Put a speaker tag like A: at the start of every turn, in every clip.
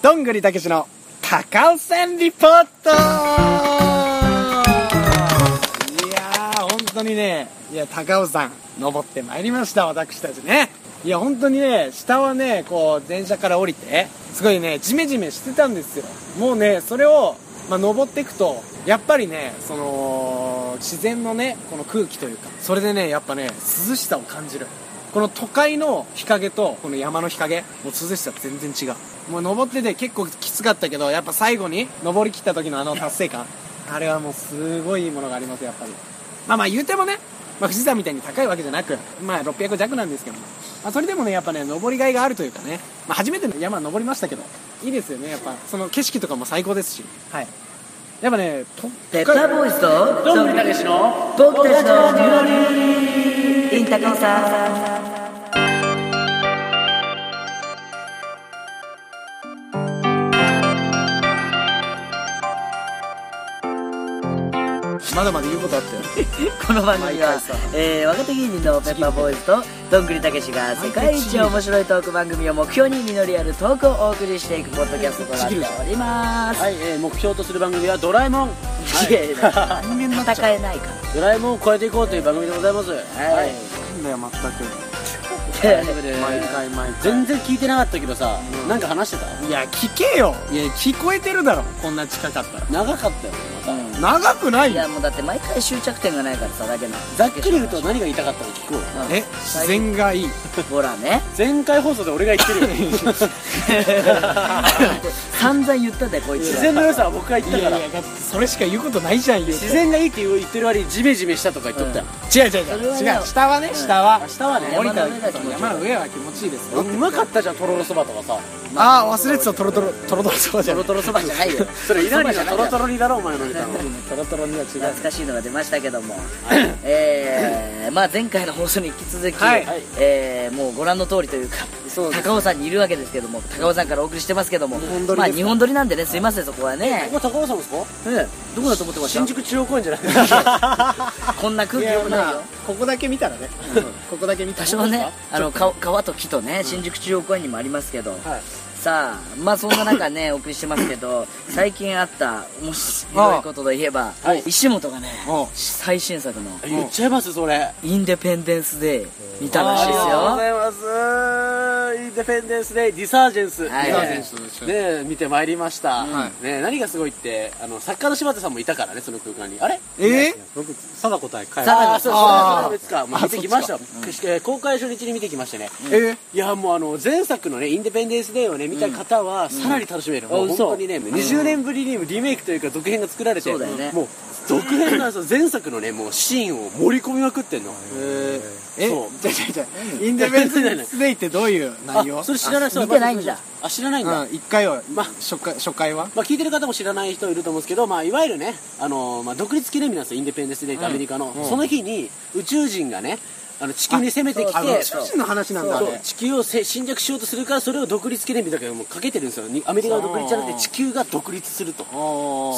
A: どんぐりたけしの高尾山リポートいやー、本当にね、いや、高尾山、登ってまいりました、私たちね。いや、本当にね、下はね、こう、電車から降りて、すごいね、ジメジメしてたんですよ。もうね、それを、まあ、登っていくと、やっぱりね、その、自然のね、この空気というか、それでね、やっぱね、涼しさを感じる。この都会の日陰とこの山の日陰もう涼しさ全然違うもう登ってて結構きつかったけどやっぱ最後に登り切った時のあの達成感あれはもうすごいいいものがありますやっぱりまあまあ言うてもね、まあ、富士山みたいに高いわけじゃなくまあ600弱なんですけども、まあ、それでもねやっぱね登りがいがあるというかね、まあ、初めての山登りましたけどいいですよねやっぱその景色とかも最高ですしはいやっぱねと
B: ペッターボーイズと
A: どんぐりたけしの
B: 僕たちの料理インタコンさん
A: まだまだ言うことあったよ
B: この番組
A: 毎回
B: は
A: さ、
B: えー若手芸人のペッパーボーイズとどんぐりたけしが世界一面白いトーク番組を目標に実りあるトークをお送りしていくポッドキャストとなっております
C: はい、えー目標とする番組はドラえもん。
B: いやいや
A: 人間になっち
B: 戦
A: ゃう
B: えないから
C: ドラえもんを超えていこうという番組でございます。はい。
A: なんだよ全
C: 大丈夫です
A: く毎回毎回
C: 全然聞いてなかったけどさ、なんか話してた
A: いや聞けよいや聞こえてるだろこんな近かったら
C: 長かったよ、また。
A: 長くない
B: い
A: よ
B: やもうだって毎回終着点がないからさだけな
C: ざっくり言うと何が言いたかったか聞こうよ。
B: うん
A: え自然が いい
B: ほらね
C: 前回放送で俺が言って るよ。
B: 散々言ったでこいつ
C: 自
B: ら
C: 然の良さは僕が言ったから。
A: だってそれしか言うことないじゃん言うて
C: 自然がいいって言ってる割にジメジメしたとか言っとったよ。
A: 違う違う
B: それは
A: 違う
B: ね
A: 違う下はね下は
C: 下はね
A: 降りた
B: 山の上が気持ちいい
A: 山の上は気持ちいいですよ
C: うまかったじゃん、とろろそばとかさ。
A: ああ忘れてたトロトロトロトロそうじゃ
B: ト
A: ん
B: ロトロそばじゃないよ
C: それ、稲
B: そ
C: 荷の
B: ばじゃない
C: とろとろにだろ、お前のネタの。
A: トロトロには違う
B: 懐かしいのが出ましたけども、えーまあ、前回の放送に引き続き、
A: はい
B: えーもうご覧の通りというか
A: そうです
B: 高尾山にいるわけですけども高尾山からお送りしてますけども
A: 本撮りです
B: まあ、日本撮りなんでねすいませんそこはね
C: ここ高尾山ですか
B: どこだと思ってました
C: 新宿中央公園じゃなくて。
B: こんな空
A: い
B: 気
A: や
B: よくない
A: まあ
B: よ
A: ここだけ見たらねここだけ見たら
B: 多少ねあのか川と木とね新宿中央公園にもありますけど、さあまあそんな中 ねお送りしてますけど最近あった面白いことといえば
C: はい
B: 石本がね
A: おう
B: 最新作の
C: 言っちゃいます、それ。
B: 「インデペンデンス・デー」見たらしいです
C: あ
B: よ
C: りがとうございますインデペンデンスデイディサージェンス、
B: はい
A: ディサージェン
C: ね
A: スと一緒に
C: え見てまいりました、
A: は
C: ねえ何がすごいってあの作家の柴田さんもいたからねその空間にあれ
A: え
D: 僕貞子対海
C: ああそうそう
A: あー
C: そう別か、まあ、見てきましたよくして公開初日に見てきましてね、
A: え
C: いやもうあの前作のねインデペンデンスデーをね見た方はさらに楽しめる、もう本当にね20年ぶりにリメイクというか続編が作られて
B: そうだよね
C: もう続編なんですよ前作のねもうシーンを盛り込みまくってんの
A: え
C: そう
A: じゃじゃじゃインデペンデンスデイってどういう内容
C: あそれ知らない人は
B: 見てないんだ
C: あ知らないんだ、
A: うん一回は
C: ま
A: 初回初回は
C: まあ、聞いてる方も知らない人いると思うんですけど、まあ、いわゆるね、あのーまあ、独立記念日なんですよ、インデペンデンス・デーってアメリカの、その日に宇宙人がね、あの地球に攻めてき
A: あの
C: て、
A: 宇宙人の話なんだあ
C: そう
A: れ
C: 地球をせ侵略しようとするから、それを独立記念日だけど、もうかけてるんですよ、にアメリカが独立じゃなくて、地球が独立すると。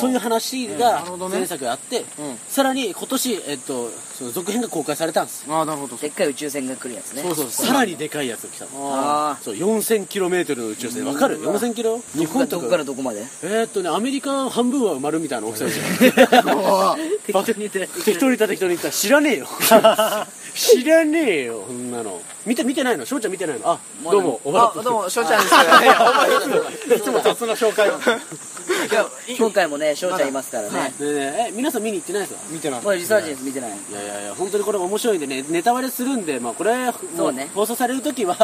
C: そういう話
A: な
C: が
A: るほどね
C: 前作あって、
A: ん
C: さらに今年、えっと、その続編が公開されたんですよ、
A: ああなるほど
B: でっかい宇宙船が来るやつね
C: そうそうさらにでかいやつが来たの
B: あ
C: そう 4000km の宇宙船わかる 4000km?
B: あ
C: 日本と
B: どこ
C: か
B: からどこまで
C: えーっとね、アメリカの半分は埋まるみたいな大きさですよ。
B: 適当にて
C: 適当に言った適当に言った。知らねえよ。 知らねえよ、そんなの。見て、見てないの翔ちゃん見てないのあ、どうも、おば
E: あ、どうも、しょうちゃ んです。いや
C: いつも雑な紹介を。ね
B: 今回もね翔ちゃんいますからね、
C: えねええ、皆さん見に行ってないですか
A: 見 てない
B: まあリサージェンス見てない
C: いやいやいや、本当にこれ面白いんでね、ネタバレするんで、まあこれ、も
B: そうね
C: 放送される時は、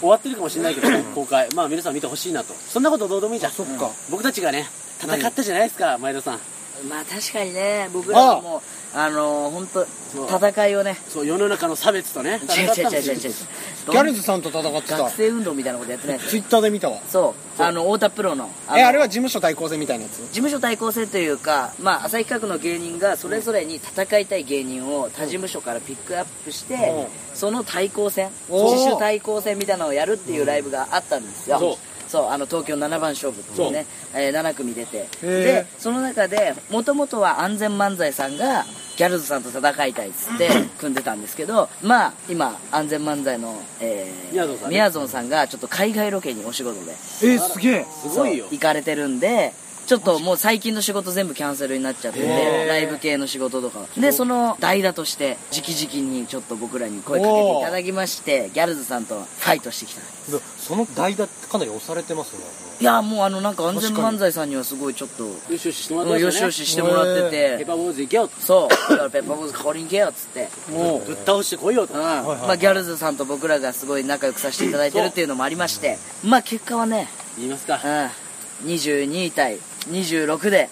C: 終わってるかもしれないけど、公開。まあ皆さん見てほしいなと。そんなことどうでもいいじゃん。
A: そっか
C: 僕たちがね、戦ったじゃないですか、前田さん。
B: まあ確かにね僕らももうあの本当戦いをね
C: そう、世の中の差別とね、
B: 違
C: 戦
B: う
C: った
B: 違
C: ん
B: う違
C: で
B: う
C: すよ
B: 違う違う
A: ギャルズさんと戦ってた
B: 学生運動みたいなことやってないです
A: ツイ
B: よ
A: ッターで見たわ
B: そうあの太田プロのの
A: えあれは事務所対抗戦みたいなやつ
B: 事務所対抗戦というか、まあ、旭化学の芸人がそれぞれに戦いたい芸人を他事務所からピックアップして、その対抗戦
A: おー
B: 自主対抗戦みたいなのをやるっていうライブがあったんですよ
C: そ
B: そそうあの東京7番勝負っていうねえー7組出て
A: へ
B: で
A: ー
B: その中でもともとは安全漫才さんがギャルズさんと戦いたいっつって組んでたんですけどまあ今安全漫才の、えー
C: みやぞんさんね
B: みやぞんさんがちょっと海外ロケにお仕事で
A: えー、すげえ
C: すごいよ
B: そう行かれてるんでちょっともう最近の仕事全部キャンセルになっちゃってて
A: へー
B: ライブ系の仕事とかはでその代打として直々にちょっと僕らに声かけていただきましてギャルズさんとファイトしてきた
D: でその代打ってかなり押されてますね
B: いやもうあのなんか安全
D: 確か
B: 漫
D: に
B: 才さんにはすごいちょっと
C: よしよししてもらっ
B: うん
C: て
B: よ
C: ま
B: し
C: す
B: よ
C: よね
B: ししてもらって
C: ペッ
B: て
C: パーボーイズ行けよ
B: そうだからペッパーボーイズ代わりに行けよっつって
A: お
C: ぶっ倒してこいよと
B: うん
D: は
C: あ
D: いはい
B: まあギャルズさんと僕らがすごい仲良くさせていただいてるっていうのもありましてまあ結果はね
C: 言いますか
B: うん22対26で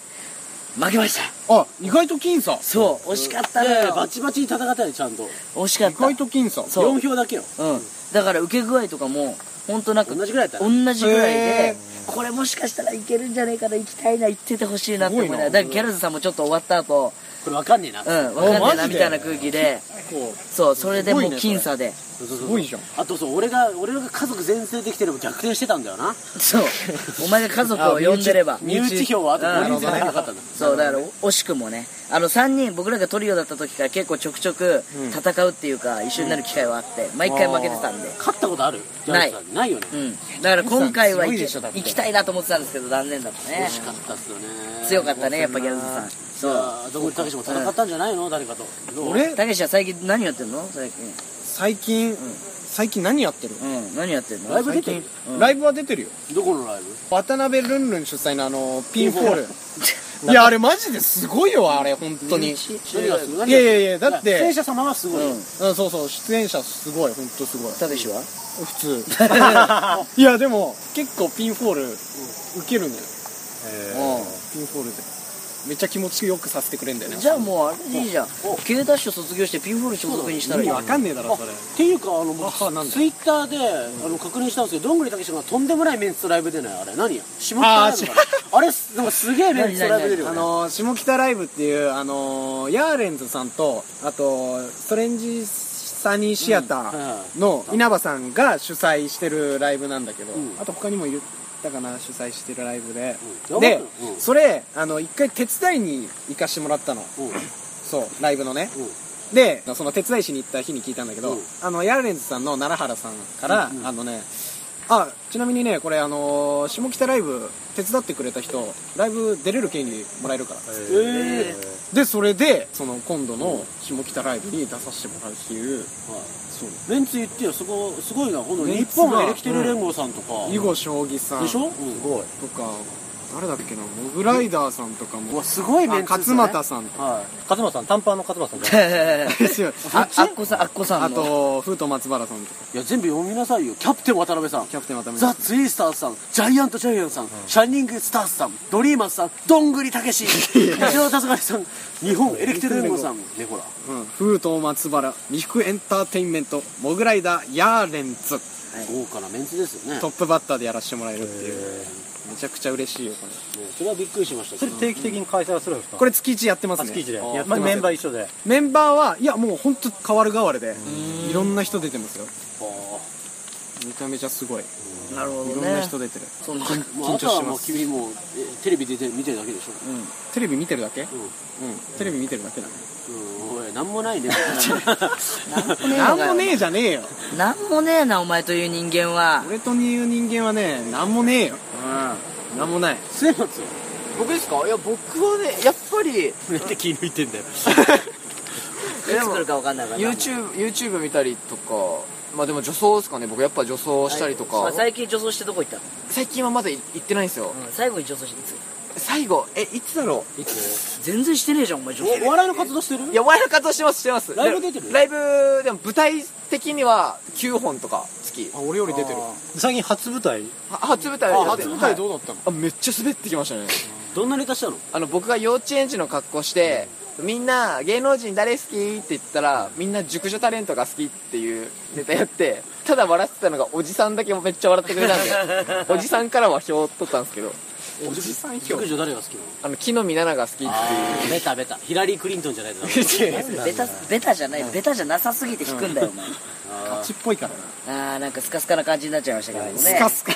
B: 負けました
A: あ意外と僅差
B: そう惜しかったの
C: でバ
B: よ
C: チバチに戦ったでちゃんと
B: 惜しかっ
A: 意
B: た
A: 外と僅差
B: そう
C: 4票だけよ
B: うんだから受け具合とかも本当なんか
C: 同じぐらいだったね
B: 同じぐらいで
A: へ
B: これもしかしたらいけるんじゃないかな行きたいな行っててほしいなって思いながら
A: す
B: だからギャルズさんもちょっと終わった後
C: これわかんねえな
B: うん分かんねえ
A: おマ
B: な
A: ジで
B: みたいな空気で
A: こ
B: そうそれでもう
A: すごいねそれ
B: 僅差で
C: そうそう
A: う
C: そう
A: すごいじゃん
C: あとそう俺が俺が家族全員できてれば逆転してたんだよな
B: そうお前が家族を呼んでれば
C: 身内票はあと
B: うん
C: 5人全なかったんだ
B: そうだから惜しくもねあの3人僕らがトリオだった時から結構ちょくちょく戦うっていうか、一緒になる機会はあって毎回負けてたんで
C: 勝ったことある
B: ない
C: ジャルさんないよね
B: うんだから今回
A: す
B: は
A: ご
B: 行
A: い
B: け
A: でしょだって
B: 行きたいなと思ってたんですけど残念だったね
C: 惜しかったっすよね
B: 強かったねやっぱギャルズさん
C: じ
B: そ
C: ゃあどこにたけしも戦ったんじゃないの誰かとどう
B: う
A: 俺
B: たけしは最近何やってんの最近
A: 最近最近何やってる
B: うん何やってんの
C: ライブ出て
B: 最
C: る
B: 近うん
A: ライブは出てるよ
C: どこのライブ
A: 渡辺ルンルン主催のあのピンフォールいやあれマジですごいよあれ本当に
C: 何がすごい
A: いやいやいやだって
C: 出演者様はすごいよ
A: うんそうそう出演者すごい本当すごい
B: たけしは
A: 普通 いやでも結構ピンフォール受けるんだようんピンフォールでめっちゃ気持ちよくさせてくれんだよね
B: じゃあもうあれでいいじゃん K ダッシュ卒業してピンフォール所属にした
A: 意
B: らい
A: 味
B: いよ
A: わかんねえだろ
C: あ
A: それ
C: っていうかあの僕
A: あなんだ
C: ツイッターであの確認したんですけどどんぐりたけしがとんでもないメンツとライブ出ないあれ何や下北ライブかなあれでもすげえメンツとライブ出るよ
A: あ
C: ね
A: のー下北ライブっていうあのーヤーレンズさんとあとストレンジサニーシアターの稲葉さんが主催してるライブなんだけど、
C: ん
A: あと他にも言ったかな主催してるライブで、
C: うん
A: で、
C: うん
A: それあの一回手伝いに行かしてもらったの
C: うん
A: そうライブのね、
C: うん
A: でその手伝いしに行った日に聞いたんだけど、
C: うん
A: あのヤーレンズさんの奈良原さんから、
C: うんうん
A: あのねあちなみにねこれあのー下北ライブ手伝ってくれた人ライブ出れる権利もらえるから、
C: ええ
A: でそれでその今度の下北ライブに出させてもらうっていうそう
C: メンツ言ってよそこすごいなこの
A: メ
C: 日
A: ンツが
C: 本エレキテル連合さんとか
A: 囲碁将棋さん
C: でし
A: と
C: ょすごい
A: か誰だっけなモグライダーさんとか
C: う
A: も
C: わすごいメ
A: あ
C: ンツです
A: 勝
C: よね
A: 俣さんとか
C: は
D: 勝間さん短パンの勝間さんじゃ
A: ですよ
B: ああっこさんあっこさ
A: あ
B: んの
A: と風と松原さんとか
C: いいや全部読みなさいよキャプテン渡辺さん
A: キャプテン渡辺さ
C: ザ・
A: ん
C: ツイスターズさんジャイアント・ジャイアンさん、シャイニング・スターズさんドリーマーズさんどんぐりたけし八郎達也さん日本エレキテル連合さんねほら
A: うん風と松原三福エンターテインメントモグライダーヤーレンツ
C: 豪華なメンツですよね
A: トップバッターでやらせてもらえるっていうめちゃくちゃ嬉しいよこれ
C: ねそれはびっくりしました
D: そ
C: け
D: れ
C: ど
D: 定期的に開催はするんですか
A: こ
D: れ
A: れ月1やってますね
D: 月一で
A: あ
D: やっぱりメンバー一緒で
A: メンバーはいやもう本当変わる変わるでいろんな人出てますよめちゃめちゃすごいい
B: なるほど
A: ろんな
B: ね
A: 人出てる
B: その
C: もうあと
A: 緊張し
C: はもう
A: てます
C: 君もうえテレビ出て見てるだけでしょ
A: テレビ見てるだけうん
C: ん
A: テレビ見てるだけだね
C: うんおいなんもないね
A: なんもねえじゃねえよ
B: なんもねえなお前という人間は
A: 俺という人間はねなんもねえよなんもない
C: 末松よ
E: 僕ですかいや僕はねやっぱり
C: なんで気抜いてん だよ
B: いつ来るか分かんないから
E: YouTube, YouTube 見たりとかまあでも女装ですかね僕やっぱ女装したりとか、
B: まあ最近女装してどこ行ったの
E: 最近はまだい行ってないんですよ、
B: 最後に女装していつ
E: 最後えいつだろう
B: 全然してねえじゃんお前女装
C: おお笑いの活動してる
E: いや我々活動してますしてます
C: ライブ出てる
E: ライブでも舞台的には9本とか月
A: あ俺より出てる
D: 最近初舞台
E: は初舞台やって
A: 初舞台
E: はい
A: どうだったの
E: あめっちゃ滑ってきましたね
C: どんなネタしたの
E: あの僕が幼稚園児の格好して、みんな芸能人誰好きって言ったらみんな熟女タレントが好きっていうネタやってただ笑ってたのがおじさんだけめっちゃ笑ってくれたんでおじさんからは票取ったんですけどおじさん票
C: 熟女誰が好きなの
E: あの木の実奈々が好きっ
C: ベタベタヒラリー・クリントンじゃないとダメ
E: ていう
B: ベタベタじゃないベタじゃなさすぎて引くんだよお前
A: 勝ちっぽいからな
B: あーなんかスカスカな感じになっちゃいましたけどもね
A: スカスカ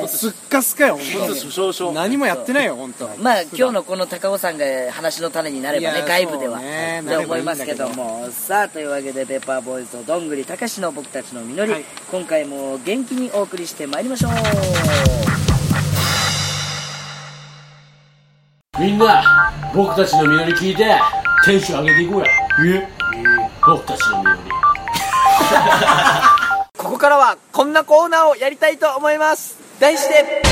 A: も
B: え
A: うすっかすかよ
C: ちょっと
A: 本
C: 少
A: 当に
C: 々
A: 何もやってないよ本当
B: まあ今日のこの高尾さんが話の種になれば
A: い
B: ね
A: や
B: 外部では
A: そうね
B: って思いますけどもさあというわけでペッパーボーイズとどんぐりたかしの僕たちの実り、
A: はい
B: 今回も元気にお送りしてまいりましょう
F: みんな僕たちの実り聞いてテンション上げていこうやえ僕たちの実り
E: ここからはこんなコーナーをやりたいと思います題して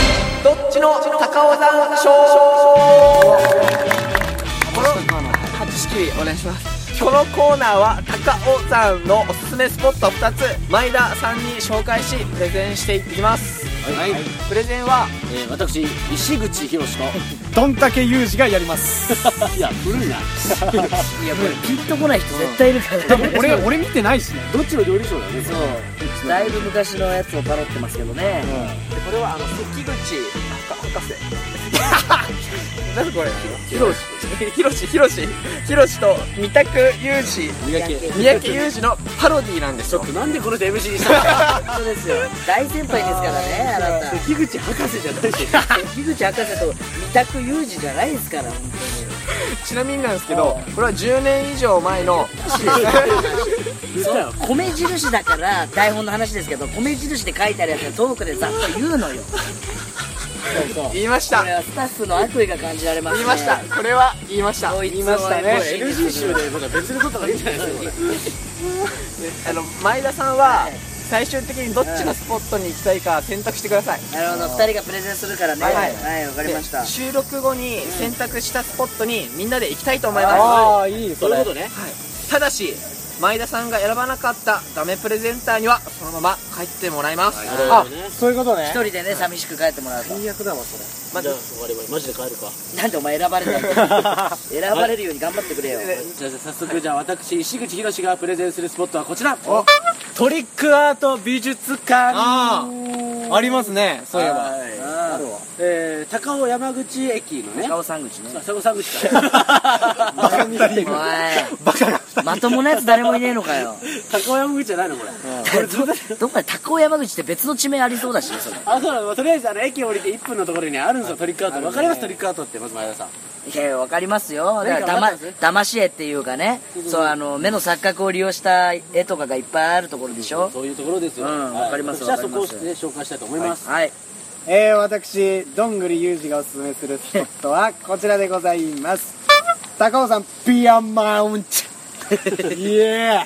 E: どっちの高尾山賞この拍手お願いしますこのコーナーは高尾山のおすすめスポット2つ前田さんに紹介しプレゼンしていってきます
C: はい、
E: プレゼンは
C: えー私石口博 と
A: どんだけ裕二がやります
C: いや古いない
B: やこれピンとこない人絶対いるからね、
A: 俺俺見てないしね
C: どっちの料理賞だね
B: そうだいぶ昔のやつをパロってますけどね、
E: これはあの関口博士 何これひろしひろしひろしひろしと三宅裕二
C: 磨け
E: 三宅裕二のパロディーなんですよ
C: なんでこの人 MC にしたの
B: そうですよ大先輩ですからねあなた
C: 関口博士じゃないし
B: 樋口博士と三宅裕二じゃないですから本
E: ちなみになんですけどこれは10年以上前の
B: 当
C: 言ったよ
B: に米印だから台本の話ですけど米印で書いてあるやつがトークでざっと言うのよ
E: 言いまし
B: こ
E: た
B: れはスタッフの悪意が感じられます
E: 言
B: ね
E: いましたこれは言いました
B: こいつ
E: 言い
B: は
E: ました
B: やっ
E: ね
B: ぱり
C: LG 集でなんか別に撮った方がいいんじゃないですかこれ
E: あの前田さんは
B: はい
E: 最終的にどっちのスポットに行きたいか選択してください
B: なるほど2人がプレゼンするからねは
E: はいい
B: わ、
E: はい
B: かりました
E: で収録後に選択したスポットにみんなで行きたいと思います
A: ああいいそ
C: そ
A: う
C: いう
A: れ
C: ことね
E: ただし前田さんが選ばなかったダメプレゼンターにはそのまま帰ってもらいます、
C: なる
A: あ
C: ほどね
A: そういうことね
B: 一人でね寂しく帰ってもらうと
A: 最悪だわそ
E: まあ
C: じゃあ我々マジで帰るか
B: なんでお前選ばれないんだよ選ばれるように頑張ってくれよ
C: じゃあじゃあ早速じゃあ私石口博がプレゼンするスポットはこちら
A: トリックアート美術館ああありますねそういえば
B: あ
C: えー高尾山口駅の
B: あ
C: ね
B: 高尾山口ね
C: 佐古さん口から
A: バカにして
B: おい
A: バカが
B: まともなやつ誰もいねえのかよ
C: 高尾山口じゃないのこれ
B: どどっかで高尾山口って別の地名ありそうだしねそれ
C: あそうなのとりあえずあの駅降りて1分のところにあるんですよトリックアートわかりますトリックアートってまず前田さん
B: いやいや、わかりますよ。だか、
C: 何から
B: だま
C: わかり、
B: 騙し絵っていうかね、そう、あの、目の錯覚を利用した絵とかがいっぱいあるところでしょ
C: そういうところですよ
B: うん
C: はい
B: わかります
C: じゃあそこを
B: わかり
C: ね紹介したいと思います
B: はい。
A: えー、私どんぐりゆうじがおすすめするスポット はこちらでございます高尾山ピアマウン トイエー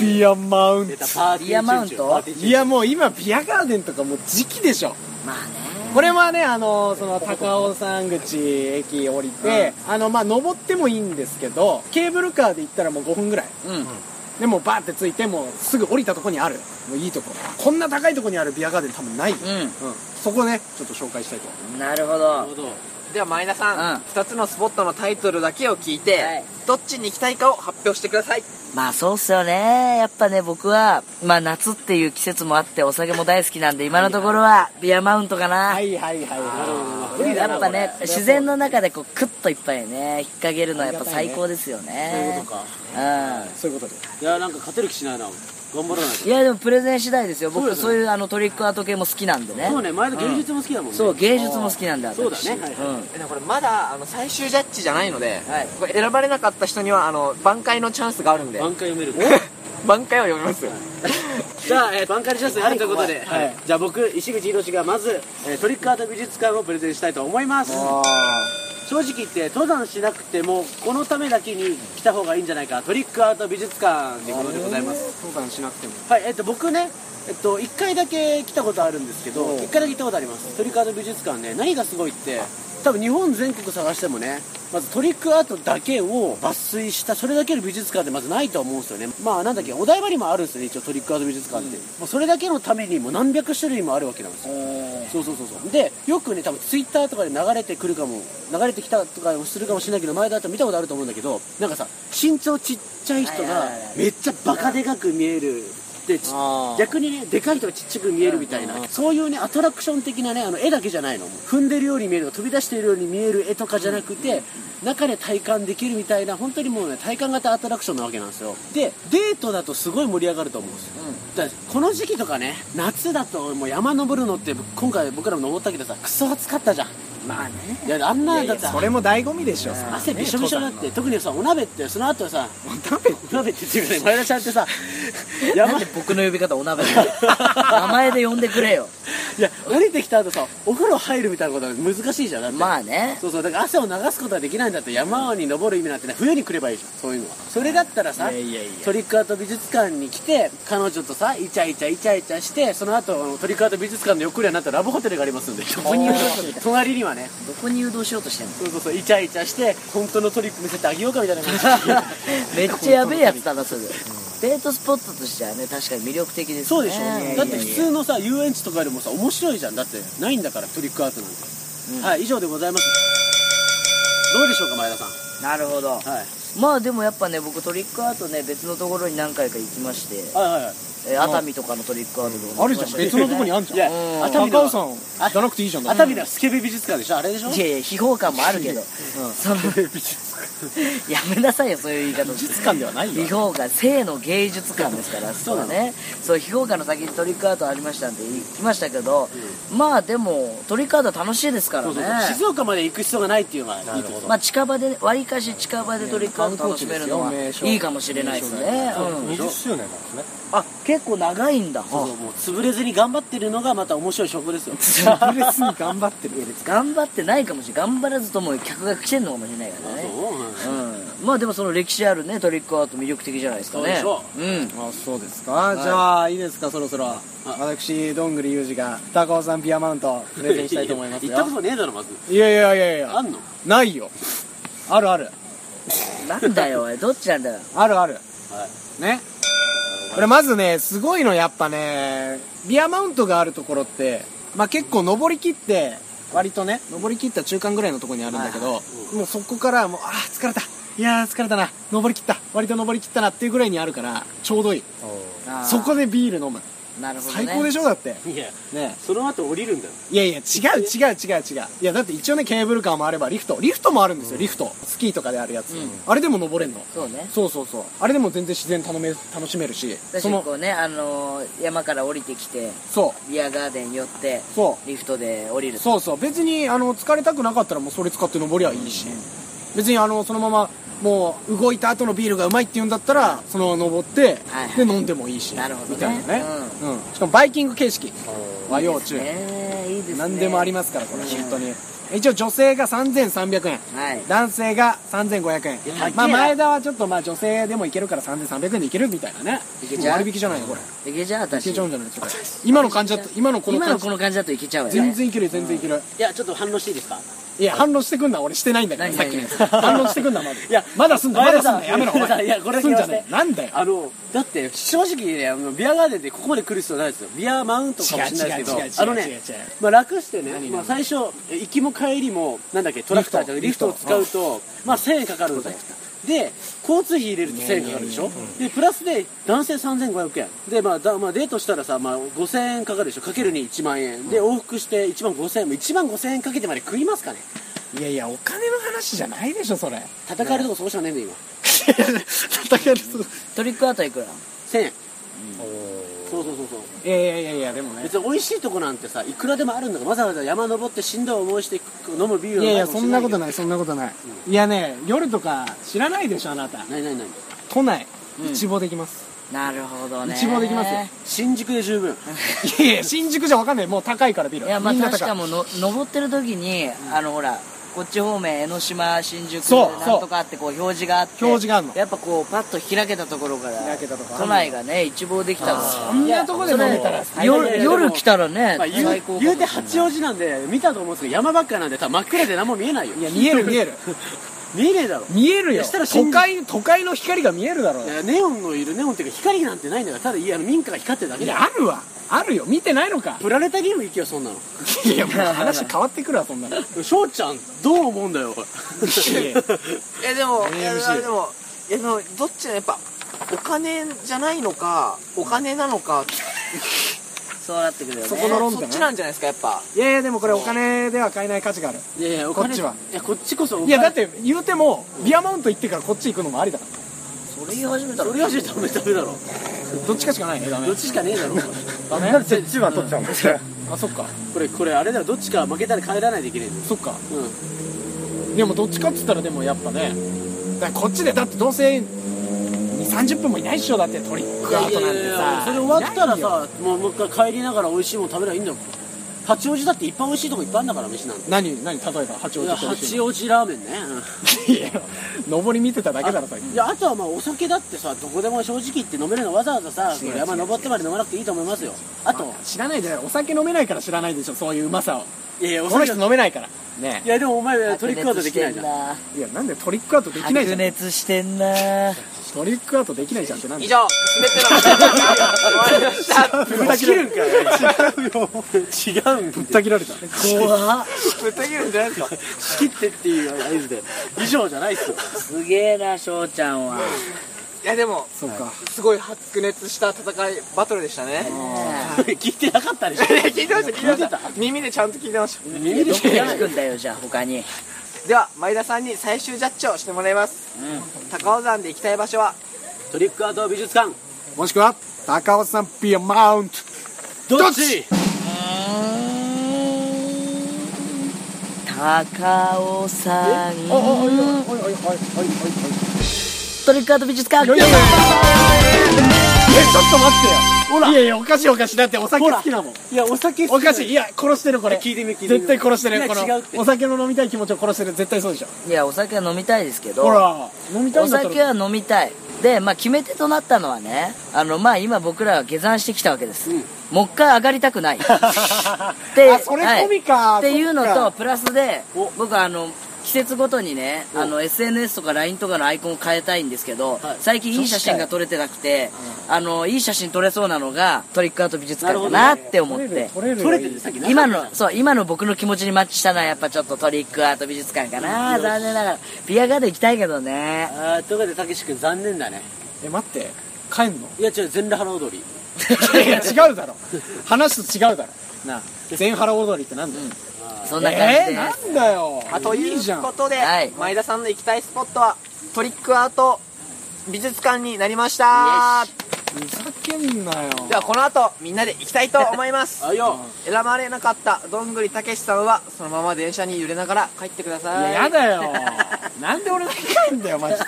A: ピアマウン
C: 出
A: ト
C: たパーティー
B: ビアマウント
C: 中パーティー中
A: いやもう今ビアガーデンとかもう時期でしょ
B: まあね。
A: これはねあのその高尾山口駅降りて、あのまあ登ってもいいんですけどケーブルカーで行ったらもう5分ぐらい
B: うん。
A: でもうバーって着いてもうすぐ降りたとこにあるもういいとここんな高いとこにあるビアガーデン多分ないよ、うんそこねちょっと紹介したいと
B: うん。なるほ
C: なる
B: ど
C: ほ。ど
E: では前田さん、
B: うん
E: 2つのスポットのタイトルだけを聞いて、
B: はい
E: どっちに行きたいかを発表してください
B: まあそうっすよね。やっぱね、僕は、まあ夏っていう季節もあって、お酒も大好きなんで、今のところは、ビアマウントかな。
A: いはいはいは
B: やっぱね、自然の中でこう、クッといっぱいね、引っ掛けるのはやっぱ最高ですよ
C: そういう
B: ね
C: こ。とか
B: うん。
A: そういうことで
C: いやなんか勝てる気しないな頑張らない
B: いや、でもプレゼン次第ですよ。
C: そう
B: 僕、
C: ですね
B: そういうあのトリックアート系も好きなんでね
C: と。そうね前田芸術も好きだもんね
B: そう、芸術も好きなんだ。
C: そうだ
B: 私
C: ねはいはい
B: うん。
E: えでもこれまだあの最終ジャッジじゃないので、
B: はい
E: これ選ばれなかった人にはあの挽回のチャンスがあるんで
C: 挽回読める
E: 挽回を読みますよ
C: じゃあ、えー、挽回のチャンスがあるということで、はいじゃあ僕石口博がまず、えートリックアート美術館をプレゼンしたいと思います正直言って登山しなくてもこのためだけに来た方がいいんじゃないかトリックアート美術館ということでございます
A: 登山しなくても
C: はいえっ、と僕ねえっと、1回だけ来たことあるんですけど1回だけ行ったことありますトリックアート美術館ね何がすごいって多分日本全国探してもねまずトリックアートだけを抜粋したそれだけの美術館ってまずないと思うんですよねまあなんだっけお台場にもあるんですよね一応トリックアート美術館って、もうそれだけのためにもう何百種類もあるわけなんですよそうそうそうそうでよくね多分ツイッターとかで流れてくるかも流れてきたとかもするかもしれないけど前だと見たことあると思うんだけどなんかさ身長ちっちゃい人
B: はい
C: が
B: はいはい
C: めっちゃバカでかく見えるってち
A: あー
C: 逆にねでかい人がちっちゃく見えるみたいなそういうねアトラクション的なねあの絵だけじゃないの踏んでるように見えるとか飛び出しているように見える絵とかじゃなくて中で体感できるみたいな本当にもうね体感型アトラクションなわけなんですよでデートだとすごい盛り上がると思うんですよだからこの時期とかね夏だともう山登るのって今回僕らも登ったけどさクソ暑かったじゃん
B: まあね
C: いやあんなだって
A: それも醍醐味でしょ
C: 汗びしょびしょになって特にさお鍋ってその後さ
A: お鍋って
C: お鍋ってっていうかね前田ちゃんってさ
B: な
C: 山
B: んで僕の呼び方お鍋だよ名前で呼んでくれよ
C: いや降りてきた後さお風呂入るみたいなことは難しいじゃんだって
B: まあね
C: そうそうだから汗を流すことはできないんだって山に登る意味なんてね冬に来ればいいじゃんそういうのはそれだったらさ
A: いやいやいや
C: トリックアート美術館に来て彼女とさイチャイチャイチャイチャしてその後あのトリックアート美術館の横にはなんとラブホテルがありますんで
B: こにいる人みたい
C: 隣にはね
B: どこに誘導しようとしてんの
C: そうそうそうイチャイチャして本当のトリック見せてあげようかみたいな感じ
B: めっちゃやべえやつだなそれデートスポットとしてはね確かに魅力的ですね
C: そうでしょ、だって普通のさ遊園地とかよりもさ面白いじゃんだってないんだからトリックアートなんて、はい以上でございますどうでしょうか前田さん
B: なるほど
C: はい
B: まあでもやっぱね僕トリックアートね別のところに何回か行きまして、
C: はいはいはい
B: えー熱海とかのトリックアートと
A: あ
B: かも
A: る
B: 行き
A: じゃ
B: ま
A: ん
B: し
A: 別
B: たけど
A: のとこにあんじゃん
C: い
B: うん
C: や熱海
A: 高尾
C: の
A: 山じゃなくていいじゃんだって
C: 熱海のスケベ美術館でしょあれでしょ
B: い やいや秘宝感もあるけど、そのやめなさいよそういう言い方
C: 美術館ではないよ
B: 秘宝館性の芸術館ですからそうだねそう秘宝館の先にトリックアートありましたんで行きましたけど、まあでもトリックアート楽しいですから
C: そ
B: ね
C: うそうそう静岡まで行く必要がないっていうのがいいところ
B: まあ近場でわりかし近場でトリックアート楽しめるのはいいかもしれないですね、うん、
D: 20周年なんですね。
B: あ結構長いんだ
C: そうそうもう潰れずに頑張ってるのがまた面白い職ですよ
A: プレスに頑張ってる
B: 頑張ってないかもしれない頑張らずとも客が来てんのかもしれないからねうん、まあでもその歴史あるねトリックアート魅力的じゃないですかね
C: そうでしょ
B: うん
A: あそうですか、じゃあいいですかそろそろ私どんぐりゆうじが高尾山ビアマウントをプレゼンしたいと思います
C: 行
A: よ
C: ったことねえだろまず
A: いやいやいやいや
C: あんの
A: ないよあるある
B: なんだよおいどっちなんだよ
A: あるある、ねこれまずねすごいのやっぱねビアマウントがあるところってまあ結構登り切って割とね登り切った中間ぐらいのところにあるんだけど、もうそこからもうあー疲れたいやー疲れたな登り切った割と登り切ったなっていうぐらいにあるからちょうどいいそこでビール飲む
B: なるほど、ね、
A: 最高で
B: し
A: しょだって
C: いや
A: ね
C: その後降りるんだよ
A: いやいや違う違う違う違ういやだって一応ねケーブルカーもあればリフトリフトもあるんですよ、リフトスキーとかであるやつ、あれでも登れんの
B: そうね
A: そうそうそうあれでも全然自然楽め楽しめるしそ
B: 確かに
A: の
B: こうねあのー山から降りてきて
A: そ
B: ビアガーデン寄って
A: うそ
B: リフトで降り
A: う
B: る
A: そうそう別にあの疲れたくなかったらもうそれ使って登りゃいいし、別にあのそのままもう動いた後のビールがうまいって言うんだったら、その登って、
B: はいはい
A: で飲んでもいいし
B: なるほどね
A: みたいなね、うんしかもバイキング形式和洋中、
B: ねえいいですね
A: 何でもありますすからこれ本当に一応女性が3300円
B: はい
A: 男性が3500円
B: 高えな
A: まあ前田はちょっとまあ女性でもいけるから3300円でいけるみたいなね
B: いけちゃう
A: もう割引じゃないよこれい
B: いけちゃう私
A: けちゃうんじゃないですか今の感じだと今のこの
B: 今
A: 感
B: の
A: じ
B: この感じだといけちゃうよね
A: 全然いけるよ全然いける
C: いやちょっと反応していいですか
A: いや反論してくんな俺してないんだから
B: 何
A: さっきのやつ
B: 何
A: 反論してくんなまだい
C: いや
A: まだすんなま
C: 前
A: だ
C: 田
A: すん
C: さん
A: なやめろお
C: 前田さ
A: 前
C: んいやこれだけ
A: すんじゃねえ
C: 言
A: なんだよ
C: あのだって正直ねあのビアガーデンでここまで来る必要ないですよビアマウントかもしれないですけど
A: 違う違う違う違う
C: あの
A: 違う違う
C: ね、まあ、楽してね、まあ、最初行きも帰りもなんだっけトラクターじゃなくて
A: リ
C: リ
A: フ
C: フ
A: ト
C: トを使うとまあ1000円かかるんですよで交通費入れると1000円かかるでしょでプラスで男性3500円で、まあだまあ、デートしたらさ、まあ、5000円かかるでしょかけるに1万円で往復して1万5000円も1万5000円かけてまで食いますかね
A: いやいやお金の話じゃないでしょそれ いや
C: 戦えるとこそうしかねえんだよ今
A: 戦える
B: トリックアートいくら
C: 1000円そうそうそうそう
A: いやいやいやいやでもね
C: 別に美味しいとこなんてさいくらでもあるんだからわざわざ山登ってしんどい思いして飲むビール
A: いやいやそんなこと
C: な
A: な
C: い
A: いそんなことないいやね夜とか知らないでしょあなた
C: ないないない
A: 都内一望できます
B: なるほどね
A: 一望できますよ
C: 新宿で十分
A: いやいや新宿じゃわかんないもう高いからビル
B: いやまあ
A: みんな
B: 確
A: 高い
B: かもの登ってる時に、あのほらこっち方面江ノ島新宿
A: そう
B: なんとかってこう表示があって
A: 表示があんの
B: やっぱこうパッと開けたところから
A: 開けたとこあんの
B: 都内がね一望できたら
A: そんなとこで飲めたら
C: いや
B: 夜
C: いやいやで
B: 夜
C: も
B: 来たらね、
C: まあ、言う
B: 最高か
C: 言
B: も
C: うて八王子なんで見たと思うんですけど山ばっかなんで多分真っ暗で何も見えないよ
A: いや見える見える
C: 見えねえだろ
A: 見える
C: い
A: よ
C: やしたら
A: 都
C: 新宿
A: 会都会の光が見えるだろう
C: い
A: よ
C: やネオンのいるネオンっていうか光なんてないんだからただいやあの民家が光ってるだけ
A: い
C: だ
A: や
C: よ
A: あるわあるよ見てないのか
C: プラネタリウム行けよそんなの
A: いやもう話変わってくるわそんなの
C: 翔ちゃんどう思うんだよ
A: いやいや
E: えでもいやでもいやでもどっちのやっぱお金じゃないのかお金なのか
B: そうなってくるよね
A: そこの論点
E: そっちなんじゃないですかやっぱ
A: いやいやでもこれお金では買えない価値がある
C: いやいやお
A: こっ
C: 金
A: ちはい
C: やこっちこそお金
A: いやだって言うてもビアマウント行ってからこっち行くのもありだか
B: それ言い始めたら
C: それはちょっとダメダメだろ
A: らどっちかしかないねダメ
C: どっちしかねえだろ
A: ダメ
D: そっちは取っちゃうんですよ。
A: あそっか
C: これこれあれだろどっちか負けたら帰らないといけないんだよ
A: そっか
C: うん
A: でもどっちかっつったらでもやっぱねだからこっちでだってどうせ2 3 0分もいないっしょだってトリックアートなんてさ
C: それ終わったら
A: いないよ
C: さもうもう一回帰りながら美味しいもの食べればいいんだよ八王子だっていっぱい美味しいとこいっぱいあるんだから飯なんて
A: 何何例えば八王
C: い
A: 子
C: や
A: って美味しい
C: 八王子ラーメンね、うん
A: いや上り見てただけだろさっき
C: いやあとはまあお酒だってさどこでも正直言って飲めるのわざわざさ
A: 違う違う
C: 山登ってまで飲まなくていいと思いますよあと
A: 知らないじゃないお酒飲めないから知らないでしょそういううまさを
C: いやいやお
A: この
C: 酒
A: 人飲めないからね
C: いやでもお前トリックアウトできないじゃん
B: ゃん
A: いやなんでトリックアウトできないじゃ
B: 白
A: ん
B: 熱してんな
A: トリックアウトできないじゃんってなんで
E: 以上全ての話が 終わりました
A: ぶった切るんか
C: 違うん
A: ぶった切られた
B: 怖っ
E: ぶった切るんじゃないですか
C: 仕切ってっていう合図で以上じゃないっすよ
B: すげえな翔ちゃんはい
E: やでも
A: そうか
E: すごい白熱した戦いバトルでしたね
C: 聞いてなかったでしょ
E: いや 聞いてました聞いてました
C: 聞
E: 耳でちゃんと聞いてまし
C: 耳で
B: ど
C: 聞
B: こ
C: いて
B: に
C: ない
B: 行くんだよじゃあ他に
E: たでは前田さんに最終ジャッジをしてもらいます高尾山で行きたい場所は
C: トリックアウト美術館
A: もしくは高尾山ビアマウント
C: どっち
B: 高尾さん
A: おいおいおいおいおいおい
B: トリックアート美術館
A: よいよいえちょっと待ってよほらいやいやおかしいおかしいだってお酒
C: ほ
A: 好
C: ら
A: きなもん
C: いやお酒
A: おかしい
C: い
A: いや殺してるこれ
C: 聞いてみ聞いてみ
A: 絶対殺して
C: い
A: る
C: や
A: こ
C: 違うって
A: のお酒の飲みたい気持ちを殺してる絶対そうでしょ
B: いやお酒は飲みたいですけど
A: ほら飲みたい
B: お
A: んだった
B: 酒
A: ら
B: は飲みたいで、まあ、決め手となったのはねあの、まあ、今僕らは下山してきたわけです、もう一回上がりたくない で
A: あそれ込みか
B: っていうの
A: そっか
B: とプラスで僕はあの季節ごとにねあの SNS とか LINE とかのアイコンを変えたいんですけど、最近いい写真が撮れてなくて、あのいい写真撮れそうなのがトリックアート美術館かなって思って、
A: 取れるよ
C: 取れてるさっき
B: 今のそう今の僕の気持ちにマッチしたのはやっぱちょっとトリックアート美術館かな残念ながらビアガーデン行きたいけどね
C: あーということでたけし君残念だね
A: え待って帰んの
C: いや違う全裸腹踊り
A: いや違うだろ話と違うだろなあ全腹踊りってなんだよ
B: そんな感じ
A: えー
B: で、
A: なんだよ
E: あと
A: い
E: い
A: いじゃ
E: うんことで
B: はい
E: 前田さんの行きたいスポットはトリックアート美術館になりました
A: ふざけんなよ
E: ではこの後みんなで行きたいと思います
C: あいや
E: 選ばれなかったどんぐりたけしさんはそのまま電車に揺れながら帰ってくだ
A: い
E: さ
A: や
E: い
A: やだよなんで俺が帰んだよマジで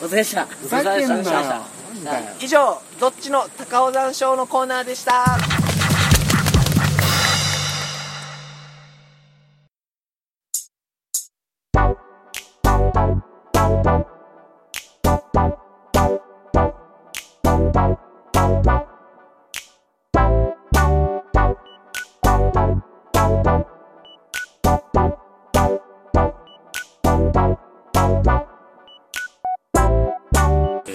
B: お疲れっした
A: ふざけんなよなんだよ
E: 以上どっちの高尾山賞のコーナーでした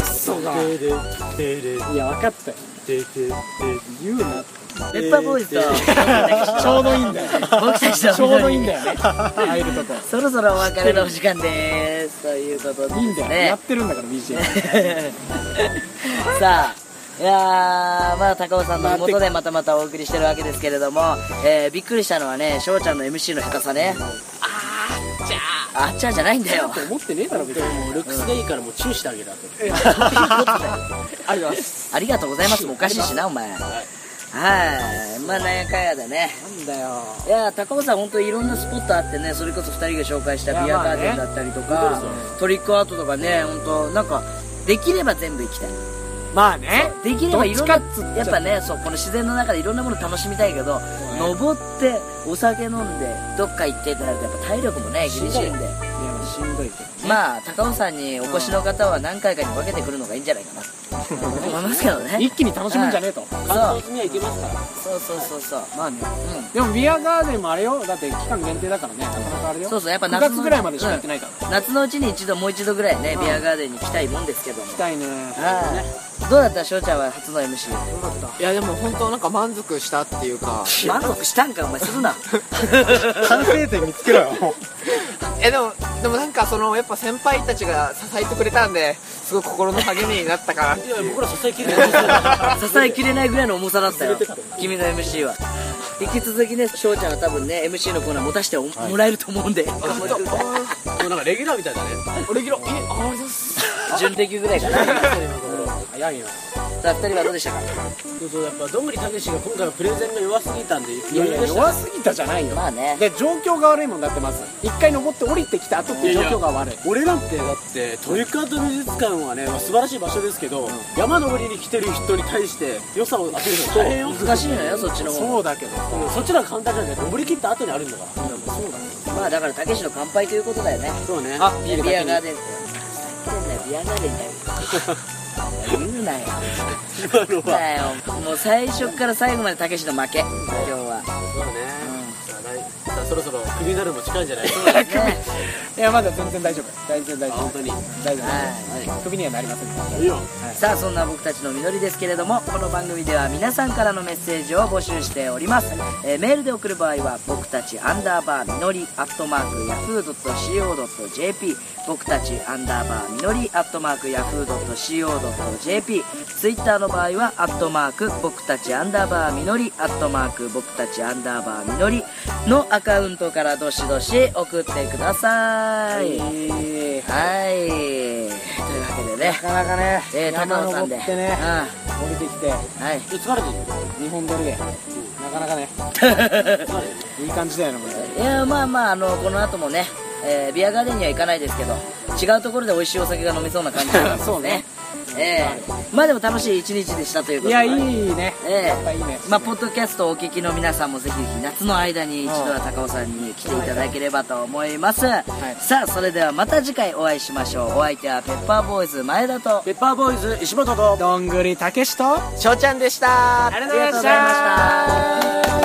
A: そうだいや分かったよ言うな
B: ペッパーボーイズと
A: ちょうどいいんだよ
B: 僕たちと
A: ちょうどいいんだよね入るとこ
B: そろそろお別れのお時間ですということで
A: いいんだよ、
B: ね
A: やってるんだから BGM
B: さあいやーまあ高尾さんの元でまたまたお送りしてるわけですけれども、えー、びっくりしたのはね翔ちゃんの MC の下手さねあーちゃーあっちゃーじゃないんだよ
C: 思ってねえだろ別にもうルックスがいいからもうチューしてあげるあと
B: ありがとうございます。ありがとうございます。もおかしいしな、お前。はい。まあ、なんやかんやだね。なんだよ。いや、高尾さん、本当いろんなスポットあってね、それこそ二人が紹介したビアガーデンだったりとか、トリックアートとかね、本当なんか、できれば全部行きたい。
A: まあね
B: できればいろんな
A: どっちかっつっちゃう
B: やっぱねそうこの自然の中でいろんなもの楽しみたいけど、登ってお酒飲んでどっか行ってってなるとやっぱ体力もね厳しいんで まあ高尾山にお越しの方は何回かに分けてくるのがいいんじゃないかな思いますけどね
A: 一気に楽しむんじゃねえと、
B: そう
C: にはいけますから
B: そうそうそうそう
A: まあね
B: う
A: でもビアガーデンもあれよだって期間限定だからねなかなかあれよ
B: そうそうやっぱ
A: 9
B: 夏の
A: 月ぐらいまでしかやってないから、
B: ん夏のうちに一度もう一度ぐらいねビアガーデンに来たいもんですけども
A: 行きたいね
B: はいどうだった翔ちゃんは初の MC
E: いやでも本当なんか満足したっていうか
B: 満足したんかお前するな
D: 反省点見つけろよ。
E: えでもでもなんかそのやっぱ先輩たちが支えてくれたんですごい心の励みになったかなっていう
C: 僕ら支えきれないですよ
B: 支えきれないぐらいの重さだったよ君の MC は引き続きね翔ちゃんは多分ね MC のコーナー持たせておもらえると思う んで
C: もうなんかレギュラーみたいだね
E: 俺ギロえあありがとうございます
B: 準レギュぐらいかな
C: 早いよ
B: さあ二人はどうでしたか
C: そうそうやっぱどんぐりたけしが今回はプレゼンが弱すぎたんで
A: いやいや弱すぎたじゃないよ
B: まあね
A: で状況が悪いもんだってまず一回登って降りてきた後って状況が悪い
C: 俺なんてだってトリックアート美術館はね素晴らしい場所ですけど、山登りに来てる人に対して良さを当てるの大変よ
B: 難しいのよそっちの方
A: そうだけど
C: そっちら簡単じゃない登り切った後にあるんだからそうだね
B: まあだからたけしの乾杯ということだよね
C: そうね
A: あ
B: ビアガーデンビアガーデンだよ言うなよ
C: 今のは
B: だよもう最初から最後までたけしの負け今日 は
C: そうね、さあ来さあそろそろクビになるのも近いんじゃない
B: ね
A: いやまだ全然大丈夫全然大丈夫
C: 本当に
A: 大丈夫
B: はい
A: クビにはなりません
C: いいよ
B: さあそんな僕たちのみのりですけれどもこの番組では皆さんからのメッセージを募集しております、えーメールで送る場合は僕たちアンダーバーみのりアットマークヤフー .co.jp 僕たちアンダーバーみのりアットマークヤフー .co.jp ツイッターの場合はアットマーク僕たちアンダーバーみのりアットマーク僕たちアンダーバーみのりのアカウントからどしどし送ってくださいはいというわけでね
A: なかなかね、
B: えー、
A: 山
B: 高尾山
A: 登
B: で。
A: ってね、降りてきて、
B: うん。はい。
C: ちょっと疲れてるよ
A: 日本撮りで、なかなかね、いい感じだよね、これ。
B: いや、まあまあ、あの、この後もね、えービアガーデンには行かないですけど、違うところで美味しいお酒が飲めそうな感じが
A: そうね。
B: えーまあでも楽しい一日でしたというこ
A: い
B: と
A: や、
B: で。
A: いいね。
B: ええ
A: やっぱいいね。
B: まあ、ポッドキャストをお聞きの皆さんもぜひ夏の間に一度は高尾さんに来ていただければと思います、
A: い
B: さあそれではまた次回お会いしましょうお相手はペッパーボーイズ前田と
C: ペッパーボーイズ石本と
A: どんぐりたけしと、
E: 翔ちゃんでした
A: あり
B: ありがとうございました